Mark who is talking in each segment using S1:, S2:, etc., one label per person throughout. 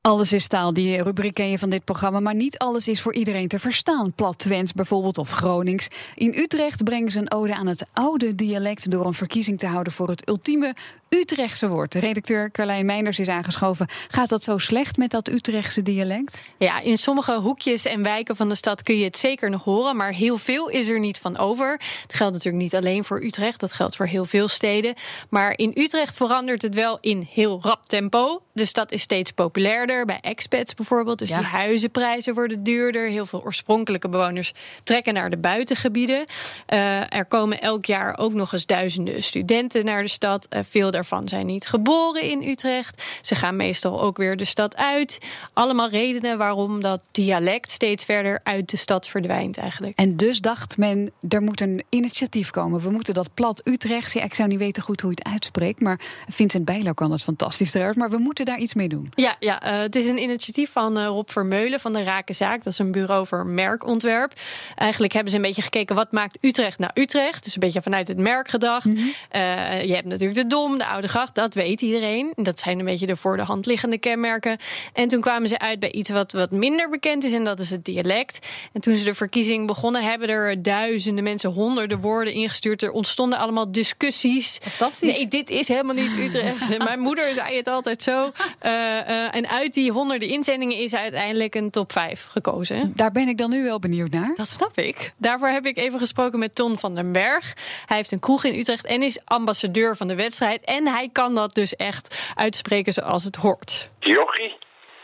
S1: Alles is taal, die rubriek ken je van dit programma, maar niet alles is voor iedereen te verstaan. Plat Twents bijvoorbeeld of Gronings. In Utrecht brengen ze een ode aan het oude dialect door een verkiezing te houden voor het ultieme Utrechtse woord. Redacteur Carlijn Meinders is aangeschoven. Gaat dat zo slecht met dat Utrechtse dialect?
S2: Ja, in sommige hoekjes en wijken van de stad kun je het zeker nog horen, maar heel veel is er niet van over. Het geldt natuurlijk niet alleen voor Utrecht, dat geldt voor heel veel steden. Maar in Utrecht verandert het wel in heel rap tempo. De stad is steeds populairder, bij expats bijvoorbeeld. Dus
S1: Ja.
S2: die huizenprijzen worden duurder. Heel veel oorspronkelijke bewoners trekken naar de buitengebieden. Eh, er komen elk jaar ook nog eens duizenden studenten naar de stad. Eh, veel daarvan zijn niet geboren in Utrecht. Ze gaan meestal ook weer de stad uit. Allemaal redenen waarom dat dialect steeds verder uit de stad verdwijnt eigenlijk.
S1: En dus dacht men, er moet een initiatief komen. We moeten dat plat Utrecht, ja, ik zou niet weten goed hoe je het uitspreekt, maar Vincent Bijlo kan dat fantastisch eruit, maar we moeten daar iets mee doen.
S2: Ja, ja eh, het is een initiatief van eh, Rob Vermeulen van de Rakenzaak. Dat is een bureau voor merkontwerp. Eigenlijk hebben ze een beetje gekeken wat maakt Utrecht nou Utrecht. Dus een beetje vanuit het merk gedacht. Eh, je hebt natuurlijk de Dom, de Oude Gracht, dat weet iedereen. Dat zijn een beetje de voor de hand liggende kenmerken. En toen kwamen ze uit bij iets wat, wat minder bekend is en dat is het dialect. En toen ze de verkiezing begonnen, hebben er duizenden mensen honderden woorden ingestuurd. Er ontstonden allemaal discussies.
S1: Fantastisch.
S2: Nee, dit is helemaal niet Utrecht. Mijn moeder zei het altijd zo. Eh, eh, en uit die honderden inzendingen is uiteindelijk een top 5 gekozen.
S1: Daar ben ik dan nu wel benieuwd naar.
S2: Dat snap ik. Daarvoor heb ik even gesproken met Ton van den Berg. Hij heeft een kroeg in Utrecht en is ambassadeur van de wedstrijd. En hij kan dat dus echt uitspreken zoals het hoort.
S3: Jochie,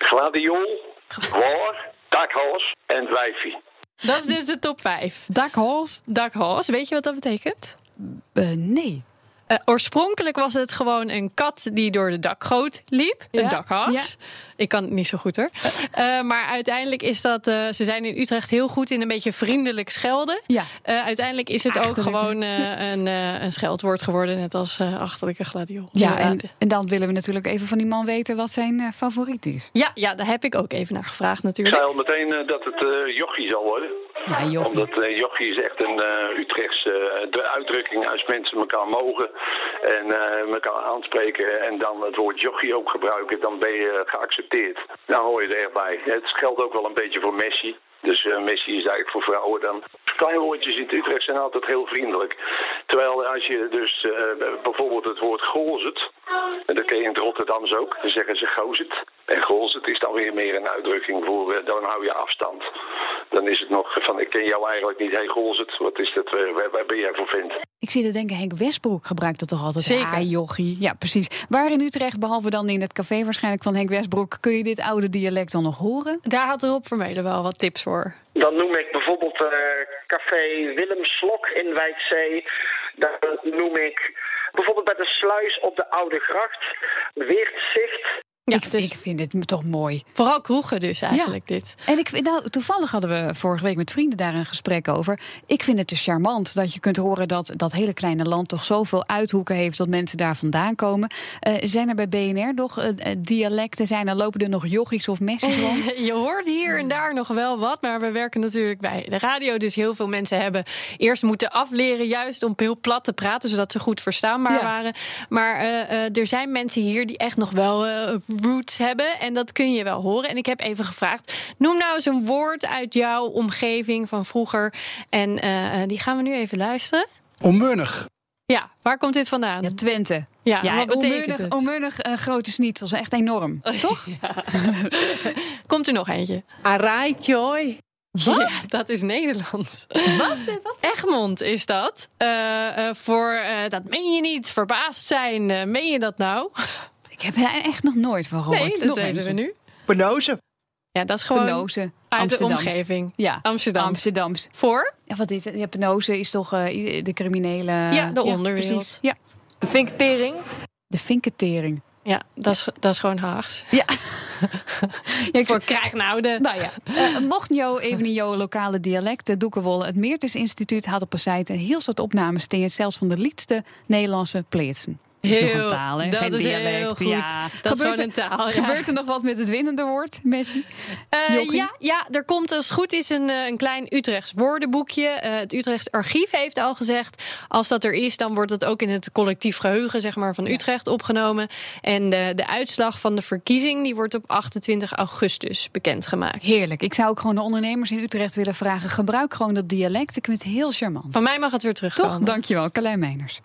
S3: gladiool, waar, dakhals en wijfie.
S2: Dat is dus de top 5.
S1: Dakhals?
S2: Dakhals, weet je wat dat betekent?
S1: Eh, nee.
S2: Eh, oorspronkelijk was het gewoon een kat die door de dakgoot liep.
S1: Ja,
S2: Een dakhaas. Ik kan het niet zo goed hoor. Eh, maar uiteindelijk is dat... eh, ze zijn in Utrecht heel goed in een beetje vriendelijk schelden.
S1: Ja. Ah,
S2: Eh, uiteindelijk is het ook
S1: Achterlijk.
S2: gewoon eh, een, eh, een scheldwoord geworden. Net als eh, achterlijke gladiool.
S1: Ja, en,
S2: Inderdaad.
S1: en dan willen we natuurlijk even van die man weten wat zijn eh, favoriet is.
S2: ja, ja, daar heb ik ook even naar gevraagd
S3: Ik zei
S2: natuurlijk.
S3: al meteen eh, dat het eh, jochie zal worden.
S1: Ja, jochie.
S3: Omdat eh, jochie is echt een eh, Utrechtse eh, de uitdrukking als mensen elkaar mogen en eh, elkaar aanspreken en dan het woord jochie ook gebruiken, dan ben je eh, geaccepteerd. Dan hoor je er echt bij. Het geldt ook wel een beetje voor Messi. Dus eh, Messi is eigenlijk voor vrouwen dan. Kleine woordjes in het Utrecht zijn altijd heel vriendelijk. Terwijl als je dus eh, bijvoorbeeld het woord golzet, en dat ken je in het Rotterdams ook, dan zeggen ze gozet. En golzet is dan weer meer een uitdrukking voor eh, dan hou je afstand. Dan is het nog van ik ken jou eigenlijk niet, hey golzet, wat is dat, eh, waar, waar ben jij voor vent?
S1: Ik zie te denken, Henk Westbroek gebruikt dat toch altijd?
S2: Zeker.
S1: Ah, jochie. Ja, precies. Waar in Utrecht, behalve dan in het café waarschijnlijk van Henk Westbroek... kun je dit oude dialect dan nog horen?
S2: Daar had Rob Vermeulen wel wat tips voor.
S4: Dan noem ik bijvoorbeeld eh, café Willem Slok in Wijkzee. Dan noem ik bijvoorbeeld bij de sluis op de Oude Gracht. Weertzicht.
S2: Ja,
S1: ik,
S2: dus
S1: ik vind het toch mooi.
S2: Vooral kroegen dus eigenlijk dit.
S1: En ik vind, nou, toevallig hadden we vorige week met vrienden daar een gesprek over. Ik vind het dus charmant dat je kunt horen dat dat hele kleine land toch zoveel uithoeken heeft dat mensen daar vandaan komen. Eh, zijn er bij BNR nog eh, eh, dialecten? Zijn er lopen er nog jochies of messies rond?
S2: Je hoort hier en daar nog wel wat, maar we werken natuurlijk bij de radio. Dus heel veel mensen hebben eerst moeten afleren, juist om heel plat te praten, zodat ze goed verstaanbaar
S1: Ja.
S2: waren. Maar eh, eh, er zijn mensen hier die echt nog wel eh, roots hebben. En dat kun je wel horen. En ik heb even gevraagd: noem nou eens een woord uit jouw omgeving van vroeger. En eh, eh, die gaan we nu even luisteren.
S5: Onmunnig.
S2: Ja, waar komt dit vandaan?
S1: Ja, Twente.
S2: Ja, wat betekent het?
S1: onmunnig eh, grote snietsels. Echt enorm. Toch?
S2: Komt er nog eentje?
S6: Arai, joy.
S2: Wat? dat is Nederlands. Eh,
S1: Wat? Wat?
S2: Egmond is dat. Eh, eh, voor eh, dat meen je niet, verbaasd zijn. Eh, meen je dat nou?
S1: Ik heb er echt nog nooit van gehoord.
S2: Nee, dat
S1: nog
S2: deden
S1: eentje.
S2: we nu.
S5: Penozen.
S2: Ja, dat is gewoon
S1: Penose.
S2: uit
S1: Amsterdams.
S2: de omgeving.
S1: Ja,
S2: Amsterdam.
S1: Amsterdams.
S2: Voor?
S1: Ja, wat is het? Ja, penose is toch eh, de criminele...
S2: Ja, de onderwereld.
S1: precies. Ja.
S6: De vinketering.
S1: De vinketering.
S2: Ja, dat is, dat is gewoon Haags.
S1: Ja. ja ik
S2: Voor krijg nou de...
S1: Nou ja, eh, mocht jou even in jouw lokale dialect, de Doekenwolle, het Meertens Instituut had op een site een heel soort opnames tegen zelfs van de liedste Nederlandse pleetsen. is nog
S2: Heel,
S1: een taal, hè?
S2: dat
S1: Geen
S2: is heel
S1: dialect.
S2: goed.
S1: Ja.
S2: Dat is gewoon een taal, ja.
S1: Gebeurt er nog wat met het winnende woord, Messi?
S2: Eh,
S1: Jochie?
S2: ja, ja, er komt als het goed is een, eh, een klein Utrechts woordenboekje. Eh, het Utrechts Archief heeft al gezegd... als dat er is, dan wordt het ook in het collectief geheugen zeg maar, van Utrecht opgenomen. En de, de uitslag van de verkiezing die wordt op 28 augustus bekendgemaakt.
S1: Heerlijk. Ik zou ook gewoon de ondernemers in Utrecht willen vragen: gebruik gewoon dat dialect. Ik vind het heel charmant.
S2: Van mij mag het weer terugkomen.
S1: Toch? Dankjewel, Carlijn Meiners.